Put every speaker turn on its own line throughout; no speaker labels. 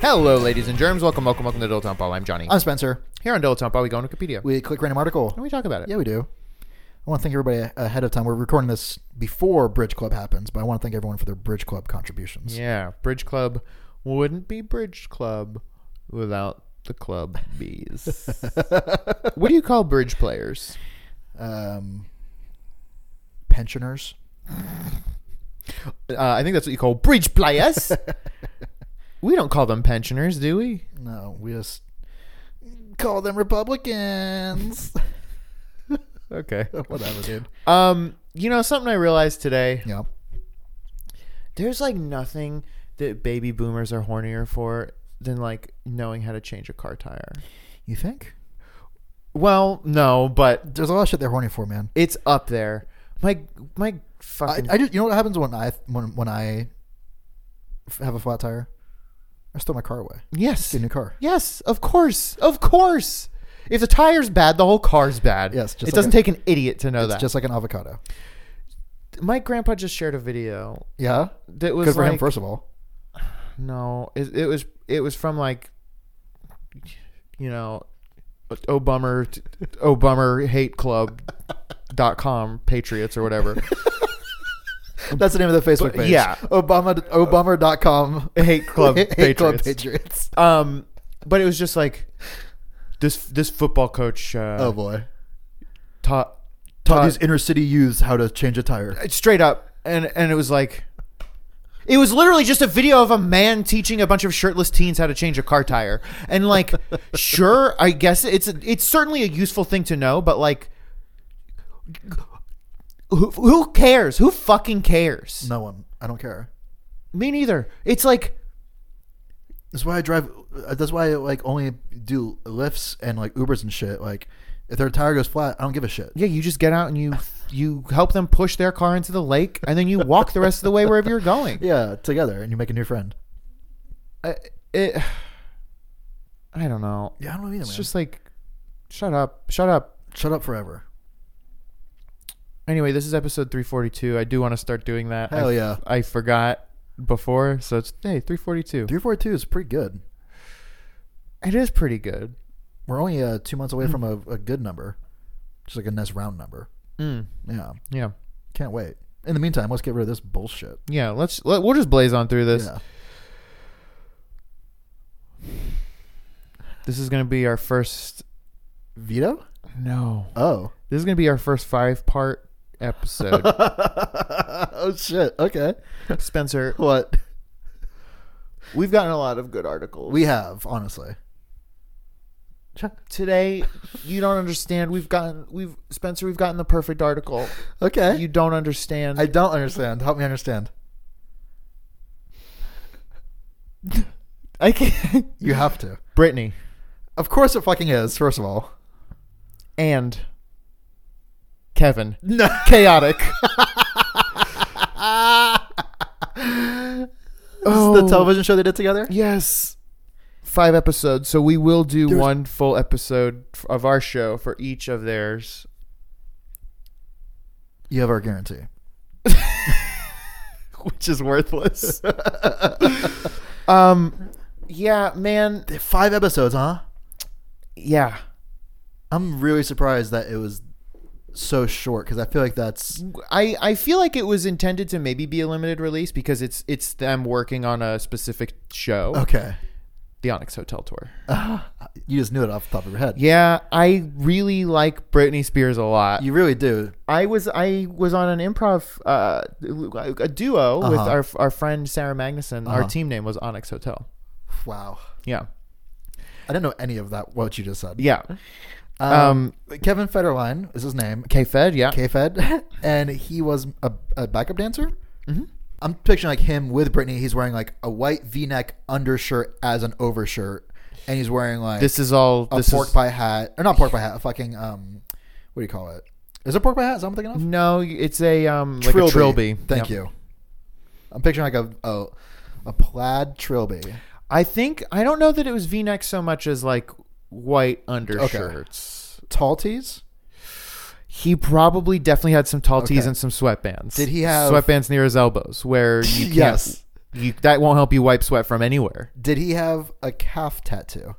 Hello, ladies and germs. Welcome, welcome, welcome to Dill Town Paul. I'm Johnny.
I'm Spencer.
Here on Dill Town Paul, we go on Wikipedia
We click random article.
and we talk about it.
Yeah, we do. I want to thank everybody ahead of time. We're recording this before Bridge Club happens, but I want to thank everyone for their Bridge Club contributions.
Yeah, Bridge Club wouldn't be Bridge Club without the club bees. what do you call bridge players?
Um, pensioners.
Uh, I think that's what you call bridge players. we don't call them pensioners, do we?
No, we just call them Republicans.
Okay.
Whatever, dude.
Um, you know something I realized today.
Yeah.
There's like nothing that baby boomers are hornier for than like knowing how to change a car tire.
You think?
Well, no, but
There's a lot of shit they're horny for, man.
It's up there. My my
I,
fucking
I just, you know what happens when I when when I f- have a flat tire? I throw my car away.
yes,
Get a new car.
yes, of course, of course. If the tire's bad, the whole car's bad.
Yes, just
it
like
doesn't
a-
take an idiot to know
It's
that.
just like an avocado.
my grandpa just shared a video
Yeah.
that was
Good for
like,
him, first of all.
No, it, it was it was from like, you know, oh bummer, t- oh bummer hate club. dot com patriots or whatever
That's the name of the Facebook
But-
page.
yeah.
Obama Obama.com
hate club
Oh, Hate Club
patriots.
Patriots.
um but it was just like this this football coach uh
Oh boy.
taught
Taught
taught
these inner city youths how to change a tire.
uh, straight up and and it was like it was literally just a video of a man teaching a bunch of shirtless teens how to change a car tire and like sure i guess it's a, it's certainly a useful thing to know but like who, who cares who fucking cares
No one. I don't care.
me neither it's like
That's why I drive. uh, That's why I like only do lifts and like Ubers and shit. Like, if their tire goes flat, I don't give a shit.
yeah you just get out and you you help them push their car into the lake and then you walk the rest of the way wherever you're going
Yeah, together, and you make a new friend.
I, it i don't know
Yeah, I don't know either,
it's
man.
just like shut up shut up
shut up forever.
Anyway, this is episode 342. I do want to start doing that.
Hell
I,
yeah.
I forgot before, so it's hey, 342.
Three four two is pretty good.
It is pretty good.
We're only uh, two months away from a, a good number, just like a nice round number.
Mm,
Yeah,
yeah.
can't wait. In the meantime, let's get rid of this bullshit.
Yeah, let's let, we'll just blaze on through this.
Yeah.
This is going to be our first
Vito?
no.
Oh.
This is going to be our first five-part episode.
oh shit. Okay.
Spencer,
What
we've gotten a lot of good articles.
we have, honestly.
Today, you don't understand. We've gotten we've Spencer, we've gotten the perfect article.
Okay.
You don't understand.
I don't understand. Help me understand.
I can't.
You have to.
Brittany
Of course it fucking is, first of all.
and Kevin.
No.
Chaotic.
This is the television show they did together?
Oh, Yes. Five episodes. So we will do
There's-
one full episode f- of our show for each of theirs.
You have our guarantee.
Which is worthless. um yeah, man.
They- Five episodes, huh?
Yeah.
I'm really surprised that it was so short because I feel like that's
I, I feel like it was intended to maybe be a limited release because it's it's them working on a specific show.
okay.
The Onyx Hotel Tour.
You just knew it off the top of your head.
Yeah, I really like Britney Spears a lot.
You really do.
I was I was on an improv uh, a duo with
Uh-huh.
our our friend Sarah Magnuson. Our
Uh-huh.
team name was Onyx Hotel.
Wow.
Yeah,
I didn't know any of that what you just said.
yeah.
Um, Kevin Federline is his name.
K Fed, yeah.
K Fed, and he was a, a backup dancer.
Mm-hmm.
I'm picturing like him with Britney. He's wearing like a white V-neck undershirt as an overshirt, and he's wearing like
this is all
a
this
pork
is,
pie hat or not pork pie hat. A fucking um, what do you call it? Is it pork pie hat? Is that what I'm thinking of?
No, it's a um like a trilby. Yep.
Thank you. I'm picturing like a a, a plaid trilby.
I think I don't know that it was V neck so much as like white undershirts.
Tall tees.
He probably definitely had some tall tees
Okay.
and some sweatbands.
Did he have-
sweatbands near his elbows where you can't,
Yes.
you, that won't help you wipe sweat from anywhere.
Did he have a calf tattoo?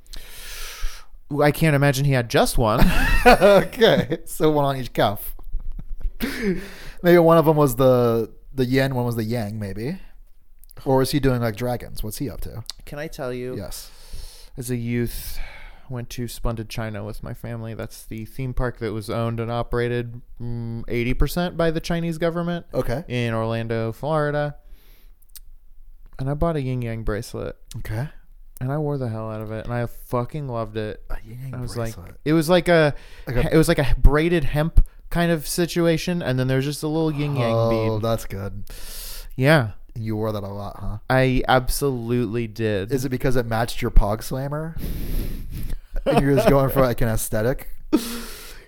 I can't imagine he had just one.
okay, so one on each calf. maybe one of them was the the yen, one was the yang, maybe. Or is he doing like dragons? What's he up to?
Can I tell you?
Yes.
as a youth went to splendid china with my family that's the theme park that was owned and operated mm, 80% by the chinese government
Okay.
in orlando florida and i bought a yin yang bracelet
Okay.
and i wore the hell out of it and i fucking loved it
A yang
i was like it was like a,
Like a-
it was like a braided hemp kind of situation and then there's just a little yin yang
oh,
bead
that's good.
yeah
You wore that a lot, huh?
i absolutely did
Is it because it matched your pog slammer? and you're just going for like an aesthetic?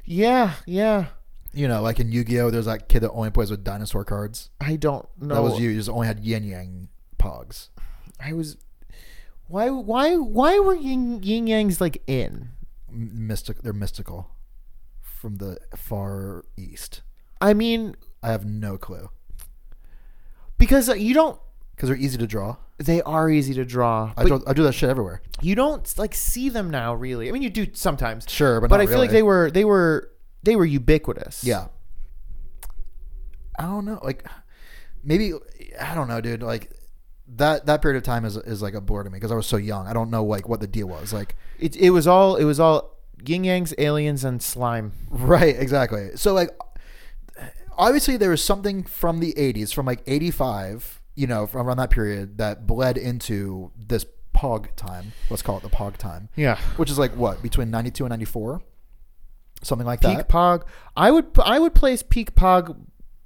yeah yeah
You know, like in Yu Gi Oh, there's that kid that only plays with dinosaur cards.
i don't know
That was you. You just only had yin yang pogs.
I was why why why were yin, yin yangs like in?
M- mystic, they're mystical from the far east.
I mean,
I have no clue
because you don't
because they're easy to draw.
they are easy to draw,
I
but
draw, I do that shit everywhere.
you don't like see them now really. I mean, you do sometimes.
Sure, but
but
not
I feel like
really.
they were they were they were ubiquitous.
Yeah. I don't know. Like, maybe I don't know, dude. Like that that period of time is is like a blur to me because I was so young. I don't know like what the deal was. Like,
It it was all it was all yin yangs, aliens and slime.
right? Exactly. So like, obviously there was something from the '80s, from like '85, you know, from around that period that bled into this pog time. Let's call it the pog time.
Yeah.
Which is like what between '92 and '94, something like
Peak
that.
Pog. I would I would place Peak Pog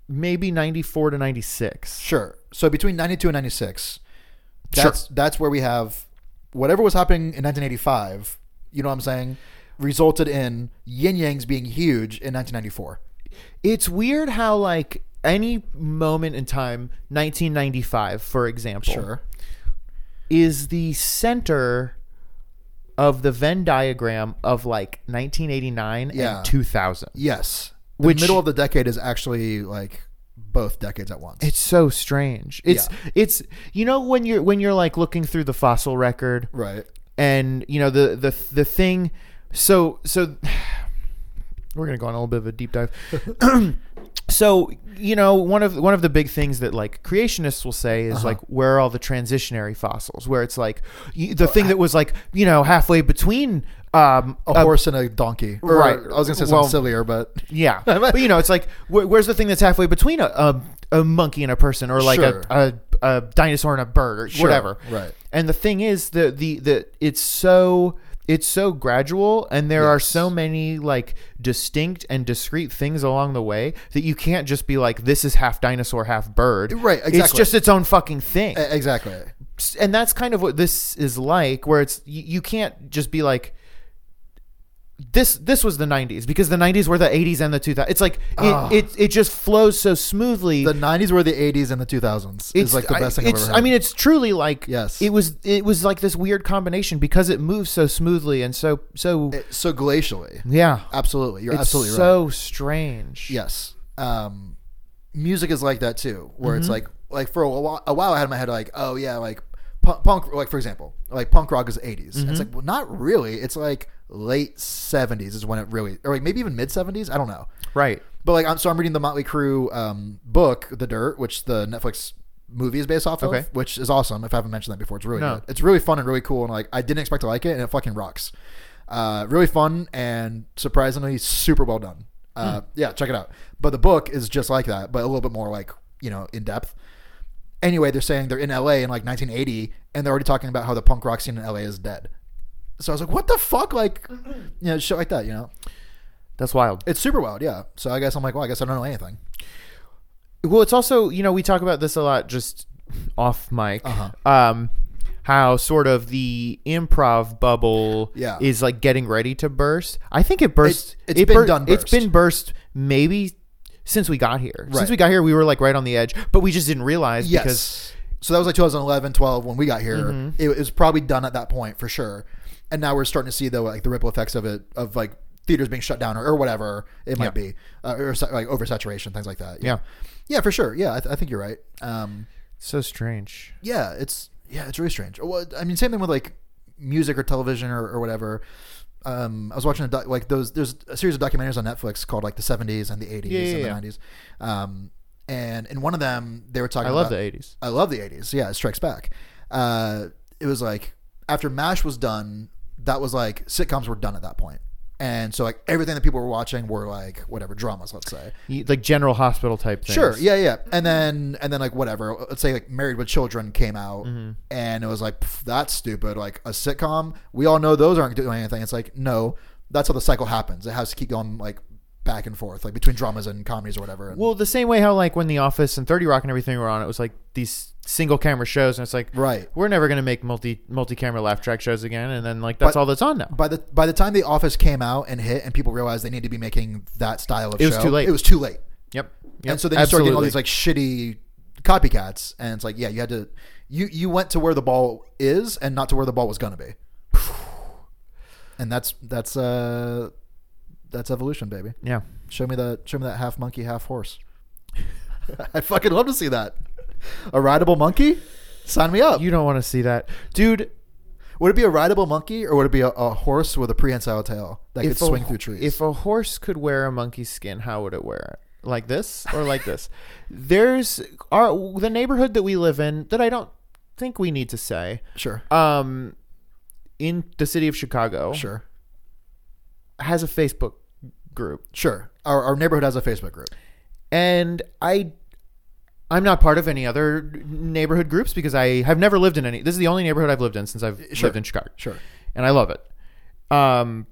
maybe 94 to 96.
Sure. So between 92 and 96, that's that's where we have whatever was happening in 1985, you know what I'm saying, resulted in yin yangs being huge in 1994.
It's weird how like any moment in time, 1995 for example.
Sure.
is the center of the Venn diagram of like 1989
Yeah.
and 2000.
Yes. The
Which-
middle of the decade is actually like both decades at once.
It's so strange. It's it's you know when you're when you're like looking through the fossil record
right.
and you know the the the thing so so we're going to go on a little bit of a deep dive. so, you know, one of one of the big things that like creationists will say is like where are all the transitionary fossils where it's like y- the thing that was like, you know, halfway between um
A horse and a donkey. Or,
right.
I was going to say something
Well-
sillier, but e,
Yeah, but you know, it's like wh- where's the thing that's halfway between a, a, a monkey and a person, or like
Sure.
a, a, a dinosaur and a bird, or whatever.
right.
And the thing is, the the the it's so it's so gradual, and there are
Yes.
so many like distinct and discrete things along the way that you can't just be like, this is half dinosaur, half bird.
Right,
It's
exactly.
just its own fucking thing
E- exactly.
and that's kind of what this is like where it's you, you can't just be like this this was the 90s because the 90s were the 80s and the 2000s it's like it, it it just flows so smoothly
Ah. The 90s were the 80s and the 2000s. It's like the best
I,
thing I've
it's-
ever
I
heard.
mean, it's truly like
Yes.
It was it was like this weird combination because it moves so smoothly and so so
It- so glacially.
yeah.
Absolutely. You're
It's
absolutely right.
so strange.
Yes. Um, music is like that too, where it's like like for a while, a while I had in my head like, oh yeah, like punk, punk like for example, like punk rock is 80s. And it's like well, not really. It's like late 70s is when it really or like maybe even mid 70s, I don't know.
Right.
But like I'm so I'm reading the Motley Crue um, book, The Dirt, which the Netflix movie is based off
Okay.
of, which is awesome. If I haven't mentioned that before, it's really
No.
good. It's really fun and really cool, and like I didn't expect to like it, and it fucking rocks. Uh, really fun and surprisingly super well done.
Hmm.
Uh, Yeah, check it out. But the book is just like that, but a little bit more like you know in depth. Anyway, they're saying they're in LA in like 1980, and they're already talking about how the punk rock scene in LA is dead. So I was like, what the fuck? Like, you know, shit like that, you know?
That's wild.
It's super wild, yeah. So I guess I'm like, well, I guess I don't know anything.
Well, it's also you know we talk about this a lot just off mic.
Uh-huh.
Um, how sort of the improv bubble
Yeah.
is like getting ready to burst. I think it burst.
It's- it's been done
It's been burst maybe since we got here. Since
Right.
we got here, we were like right on the edge, but we just didn't realize
Yes.
because
so that was like 2011, 12 when we got here. It, it was probably done at that point for sure. And now we're starting to see though like the ripple effects of it of like theaters being shut down or, or whatever it might be uh, or sa- like oversaturation things like that.
Yeah.
yeah, for sure. Yeah, I, th- I think you're right. Um,
so strange.
yeah, it's yeah, it's really strange. Well, I mean, same thing with like music or television or, or whatever. Um, I was watching a doc, like those. There's a series of documentaries on Netflix called like the 70s and the 80s
Yeah, yeah,
and
yeah.
the 90s. Um, and in one of them, they were talking.
I love
about,
the '80s.
I love the 80s. Yeah, it strikes back. Uh, it was like after MASH was done, that was like sitcoms were done at that point. And so like everything that people were watching were like whatever dramas, let's say.
You- Like General Hospital type things.
Sure, yeah, yeah. And then and then like whatever, let's say like Married with Children came out
Mm-hmm.
and it was like "Pff, that's stupid, like a sitcom. We all know those aren't doing anything. It's like no, that's how the cycle happens. It has to keep going like back and forth like between dramas and comedies or whatever. And-
Well, the same way how like when The Office and Thirty Rock and everything were on, it was like these single camera shows, and it's like
Right.
we're never gonna make multi multi camera laugh track shows again, and then like that's
But-
all that's on now.
by the by the time the office came out and hit and people realized they need to be making that style of
It
show
was too late.
it was too late
Yep.
and so then you started getting all these like shitty copycats and it's like yeah you had to you you went to where the ball is and not to where the ball was gonna be and that's that's uh that's evolution baby
yeah.
show me that show me that half monkey half horse i'd fucking love to see that a rideable monkey sign me up
You don't want to see that, dude.
would it be a rideable monkey or would it be a, a horse with a prehensile tail that could
a,
swing through trees
If a horse could wear a monkey's skin, how would it wear it? Like this or like this? There's our the neighborhood that we live in that I don't think we need to say.
sure
Um, in the city of Chicago,
Sure.
has a Facebook group.
Sure. Our, our neighborhood has a Facebook group.
and I I'm not part of any other neighborhood groups because I have never lived in any. This is the only neighborhood I've lived in since I've
Sure.
lived in Chicago.
Sure.
And I love it. Um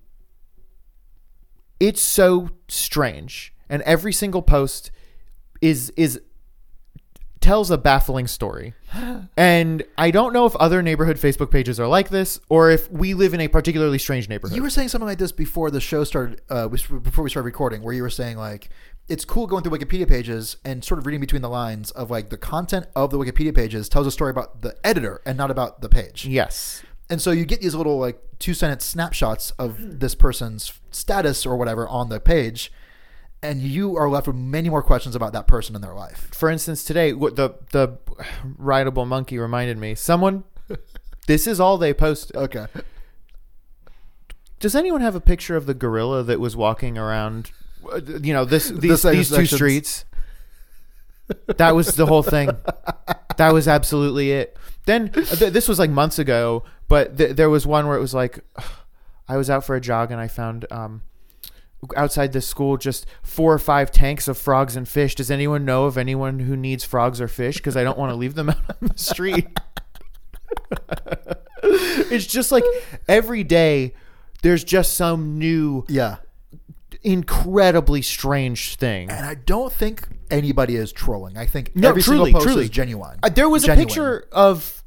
it's so strange and every single post is is tells a baffling story. And I don't know if other neighborhood Facebook pages are like this or if we live in a particularly strange neighborhood.
You were saying something like this before the show started, uh, we- before we started recording, where you were saying, like, it's cool going through Wikipedia pages and sort of reading between the lines of, like, the content of the Wikipedia pages tells a story about the editor and not about the page.
yes.
And so you get these little, like, two sentence snapshots
Hmm.
of this person's status or whatever on the page. And you are left with many more questions about that person in their life.
for instance, today what the the rideable monkey reminded me. Someone, this is all they posted.
Okay.
Does anyone have a picture of the gorilla that was walking around? uh, You know, this these,
This
these two
intersection's-
streets. That was the whole thing. That was absolutely it. Then uh, th- this was like months ago, but th- there was one where it was like, I was out for a jog and I found um, outside the school just four or five tanks of frogs and fish. Does anyone know of anyone who needs frogs or fish? Because I don't want to leave them out on the street. it's just like every day there's just some new,
Yeah.
incredibly strange thing.
And I don't think anybody is trolling. I think
No,
every
truly,
single post
truly.
is genuine.
Uh, There was a
Genuine.
picture of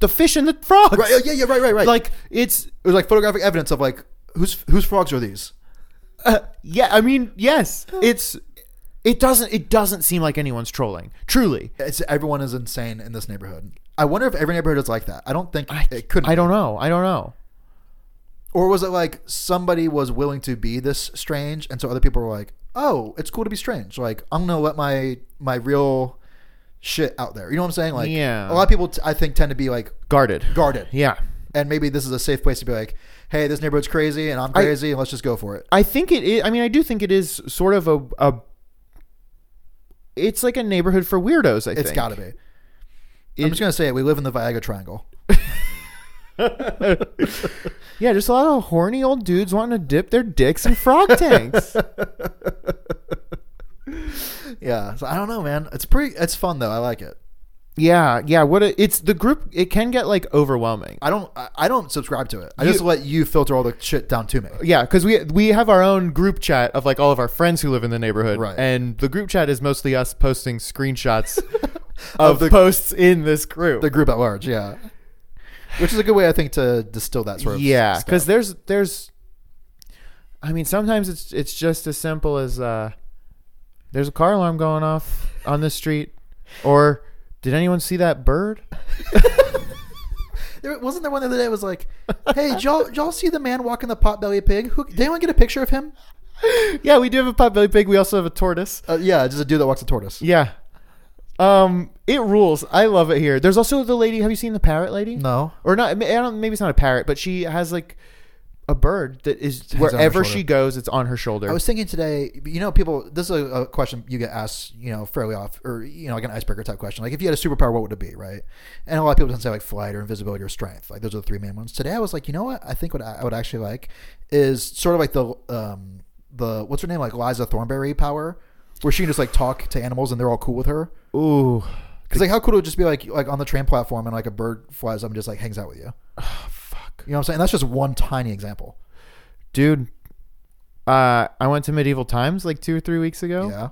the fish and the frogs.
Right, oh, yeah, yeah, right, right, right.
Like it's
it was like photographic evidence of like whose whose frogs are these?
uh, yeah. I mean, yes, it's it doesn't it doesn't seem like anyone's trolling. Truly,
It's everyone is insane in this neighborhood. I wonder if every neighborhood is like that. I don't think it could.
I don't know. I don't know.
Or was it like somebody was willing to be this strange, and so other people were like, "Oh, it's cool to be strange. Like I'm gonna let my my real shit out there." You know what I'm saying? Like,
Yeah.
A lot of people, t- I think, tend to be like
Guarded.
guarded,
Yeah.
and maybe this is a safe place to be like, "Hey, this neighborhood's crazy, and I'm crazy, and let's just go for it."
I think it. i- I mean, I do think it is sort of a a. It's like a neighborhood for weirdos. I
It's
think
got to be.
It-
I'm just gonna say it. We live in the Viagra Triangle.
Yeah, just a lot of horny old dudes wanting to dip their dicks in frog tanks.
Yeah, so I don't know, man. It's pretty. It's fun though. I like it.
Yeah, yeah. What a, it's the group. It can get like overwhelming.
I don't. I- I don't subscribe to it. I
You-
just let you Uh, filter all the shit down to me.
Yeah, because we we have our own group chat of like all of our friends who live in the neighborhood,
Right.
and the group chat is mostly us posting screenshots of,
the-
posts in this group.
The group at large, yeah. Which is a good way, I think, to distill that sort of
yeah,
stuff.
because there's there's, I mean, sometimes it's it's just as simple as uh, there's a car alarm going off on this street, or did anyone see that bird?
There, wasn't there one the other day that was like, "Hey, did y'all, did y'all see the man walking the potbelly pig? Who, did anyone get a picture of him?"
Yeah, we do have a potbelly pig. We also have a tortoise.
Uh, yeah, just a dude that walks a tortoise.
Yeah. Um, it rules. I love it here. There's also the lady. Have you seen the parrot lady?
No.
Or not? I don't. Maybe it's not a parrot, but she has like a bird that is
on her
wherever she
shoulder.
goes, it's on her shoulder.
I was thinking today, you know, people. This is a, a question you get asked, you know, fairly off, or you know, like an icebreaker type question. Like, if you had a superpower, what would it be, right? And a lot of people don't say like flight or invisibility or strength. Like, those are the three main ones. Today, I was like, you know what? I think what I, I would actually like is sort of like the um the what's her name like Liza Thornberry power, where she can just like talk to animals and they're all cool with her.
Ooh,
Because like, how cool it would just be like like on the train platform and like a bird flies up and just like hangs out with you.
fuck,
You know what I'm saying? That's just one tiny example.
dude. Uh, I went to medieval times like two or three weeks ago.
Yeah.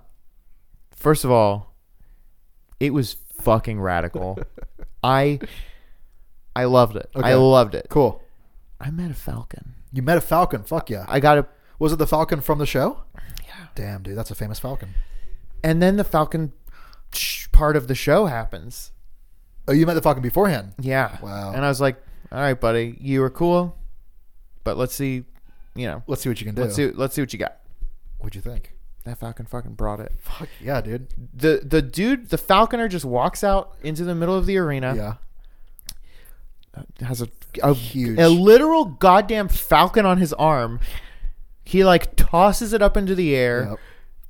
First of all, it was fucking radical. I, I loved it. I
Okay.
loved it.
Cool.
I met a falcon.
You met a falcon. Fuck yeah.
I got a
Was it the falcon from the show? Yeah. Damn, dude, that's a famous falcon.
and then the falcon sh- part of the show happens
Oh, you met the falcon beforehand.
yeah
Wow.
and i was like all right buddy you were cool but let's see you know
Let's see what you can do.
let's see let's see what you got
What'd you think?
that falcon fucking brought it
Fuck yeah, dude.
the the dude the falconer just walks out into the middle of the arena
Yeah.
has a Uh, a,
Huge.
a literal goddamn falcon on his arm he like tosses it up into the air
Yep.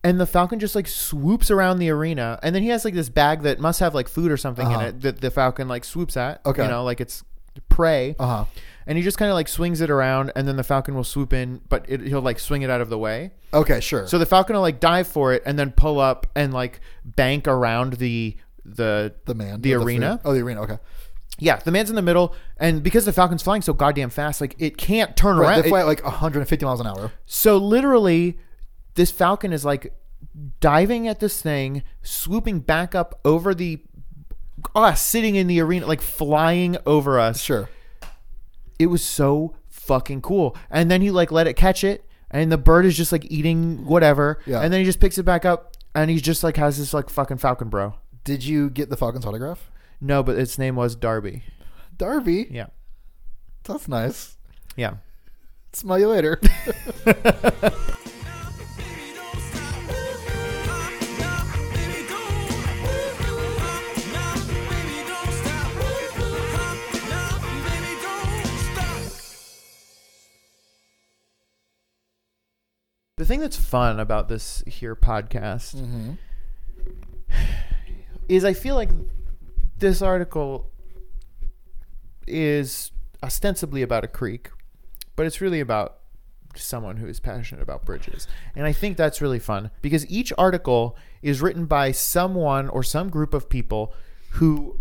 and the falcon just like swoops around the arena and then he has like this bag that must have like food or something
Uh-huh.
in it that the falcon like swoops at
Okay.
you know like it's prey
Uh huh.
and he just kind of like swings it around and then the falcon will swoop in but it, he'll like swing it out of the way
Okay, sure.
so the falcon will like dive for it and then pull up and like bank around the the
the man,
the
with
arena?
food. oh, the arena. Okay.
yeah the man's in the middle and because the falcon's flying so goddamn fast like it can't turn
Right,
around
they
It-
fly at like 150 miles an hour.
So literally, this falcon is like diving at this thing, swooping back up over the us sitting in the arena, like flying over us.
Sure.
It was so fucking cool. And then he like let it catch it, and the bird is just like eating whatever.
Yeah.
And then he just picks it back up, and he just like has this like fucking falcon bro.
Did you get the falcon's autograph?
No, but its name was Darby.
Darby.
Yeah.
That's nice.
Yeah.
Smell you later.
Baby, don't stop. Now, now, baby, go. Now, baby, don't stop. Now, baby, don't stop.
The thing that's fun about this here podcast is I feel like this article is ostensibly about a creek, but it's really about someone who is passionate about bridges. And I think that's really fun because each article is written by someone or some group of people who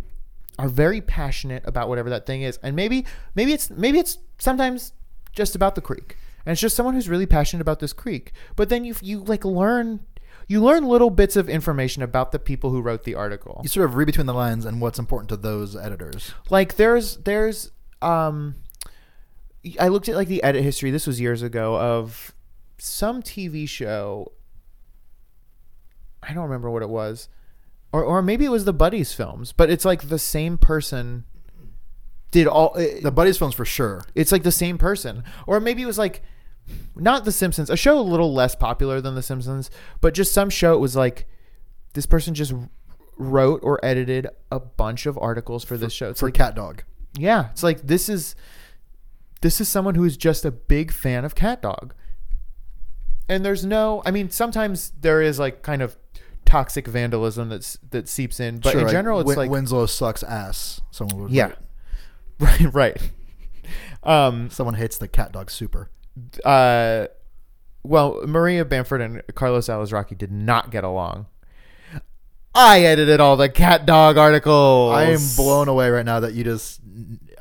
are very passionate about whatever that thing is. And maybe maybe it's maybe it's sometimes just about the creek. And it's just someone who's really passionate about this creek. But then you you like learn you learn little bits of information about the people who wrote the article
you sort of read between the lines and what's important to those editors.
like there's there's um i looked at like the edit history this was years ago of some tv show i don't remember what it was or or maybe it was the buddies films but it's like the same person did all it-
The buddies films for sure.
it's like the same person or maybe it was like not the simpsons a show a little less popular than the simpsons but just some show it was like this person just wrote or edited a bunch of articles for this show it's
for
like
Cat Dog.
yeah, it's like this is this is someone who is just a big fan of Cat Dog. And there's no, I mean, sometimes there is like kind of toxic vandalism that's that seeps in, but
Sure,
in general, it's
Win-
like
Winslow sucks ass. Someone would
yeah, right, right. Um,
Someone hates the Cat Dog super.
uh, well, Maria Bamford and Carlos Alazraki did not get along. I edited all the cat dog articles.
I am blown away right now that you just.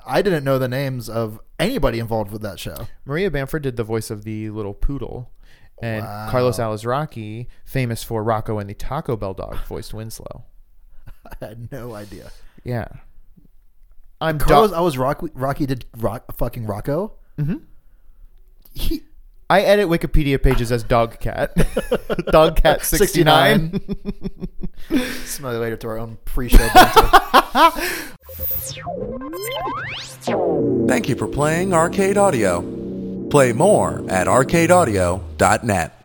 I didn't know the names of anybody involved with that show.
Maria Bamford did the voice of the little poodle, and Carlos Alizraki, famous for Rocco and the Taco Bell dog, voiced Winslow.
I had no idea.
Yeah, I'm
Carlos,
do-
I was Rocky. Rocky did rock, fucking Rocco. Mm-hmm. He,
I edit Wikipedia pages as dog cat, dog cat sixty nine.
Smell you later to our own pre-show. banter.
Thank you for playing Arcade Audio. Play more at arcadeaudio.net.